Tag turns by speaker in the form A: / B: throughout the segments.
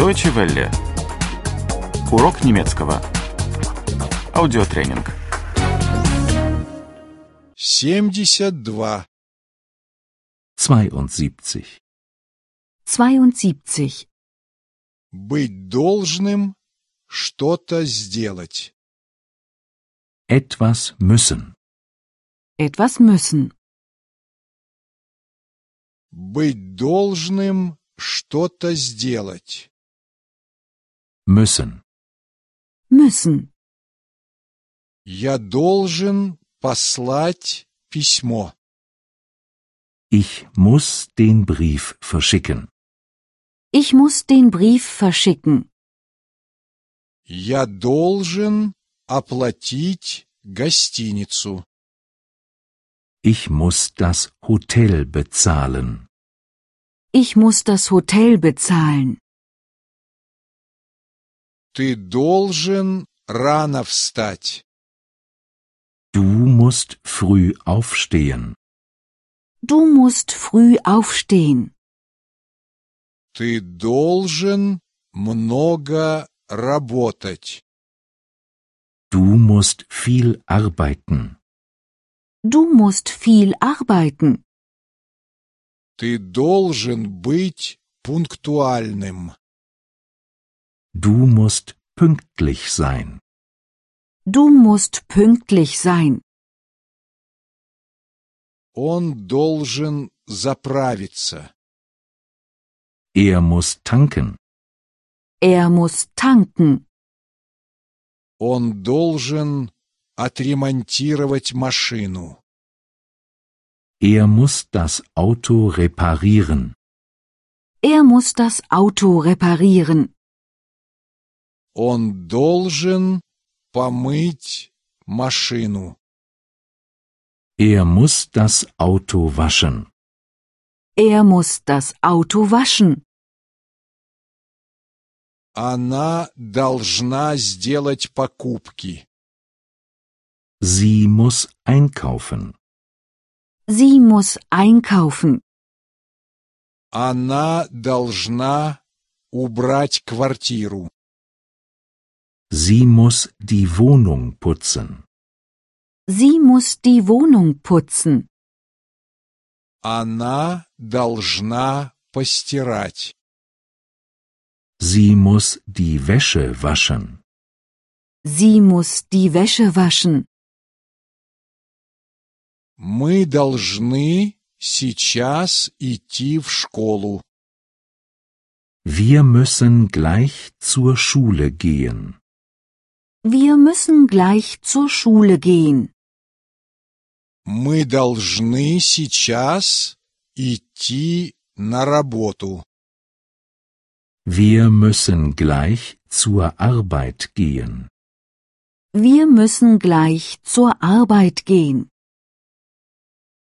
A: Deutsche Welle. Урок немецкого. Аудиотренинг.
B: 72.
C: 72.
D: 72.
B: Быть должным что-то сделать.
C: Etwas müssen.
D: Etwas müssen.
B: Быть должным что-то сделать.
C: Müssen.
D: Müssen.
B: Я должен послать письмо.
C: Ich muss den Brief verschicken.
D: Ich muss den Brief verschicken.
B: Я должен оплатить гостиницу.
C: Ich muss das Hotel bezahlen.
D: Ich muss das Hotel bezahlen.
B: Ты должен рано встать.
C: Du musst früh aufstehen.
D: Du musst früh aufstehen.
B: Ты должен много работать.
C: Du musst viel arbeiten.
D: Du musst viel arbeiten.
B: Ты должен быть пунктуальным.
C: Du musst pünktlich sein.
D: Du musst pünktlich sein.
B: Он должен заправиться.
C: Er muss tanken.
D: Er muss tanken.
B: Он должен отремонтировать машину.
C: Er muss das Auto reparieren.
D: Er muss das Auto reparieren.
B: Он должен помыть машину.
C: Er muss das Auto waschen.
D: Er muss das Auto waschen.
B: Она должна сделать покупки.
C: Sie muss einkaufen.
D: Sie muss einkaufen.
B: Она должна убрать квартиру.
C: Sie muss die Wohnung putzen.
D: Sie muss die Wohnung putzen.
B: Она должна постирать.
C: Sie muss die Wäsche waschen.
D: Sie muss die Wäsche waschen.
B: Мы должны сейчас идти в школу.
C: Wir müssen gleich zur Schule gehen.
D: Wir müssen gleich zur Schule gehen.
B: Мы должны сейчас идти на работу.
C: Wir müssen gleich zur Arbeit gehen.
D: Wir müssen gleich zur Arbeit gehen.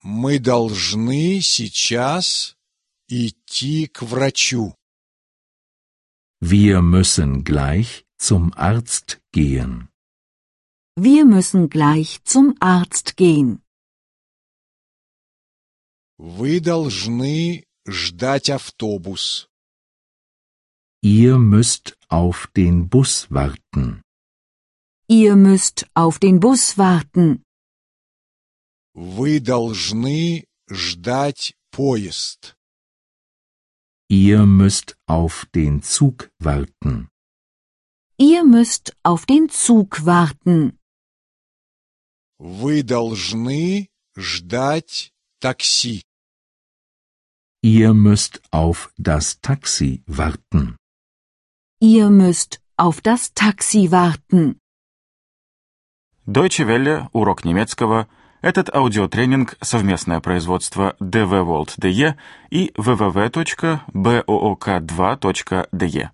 B: Мы должны сейчас идти к врачу.
C: Wir müssen gleich zum Arzt gehen.
D: Wir müssen gleich zum Arzt gehen.
B: Вы должны ждать автобус.
C: Ihr müsst auf den Bus warten.
D: Ihr müsst auf den Bus warten.
B: Вы должны ждать поезд.
C: Ihr müsst auf den Zug warten.
D: Ihr müsst auf den Zug warten.
B: Вы должны ждать такси.
C: Ihr müsst auf das Taxi warten.
D: Ihr müsst auf das Taxi warten.
A: Deutsche Welle. Урок немецкого. Этот аудиотренинг – совместное производство DW World DE и www.book2.de.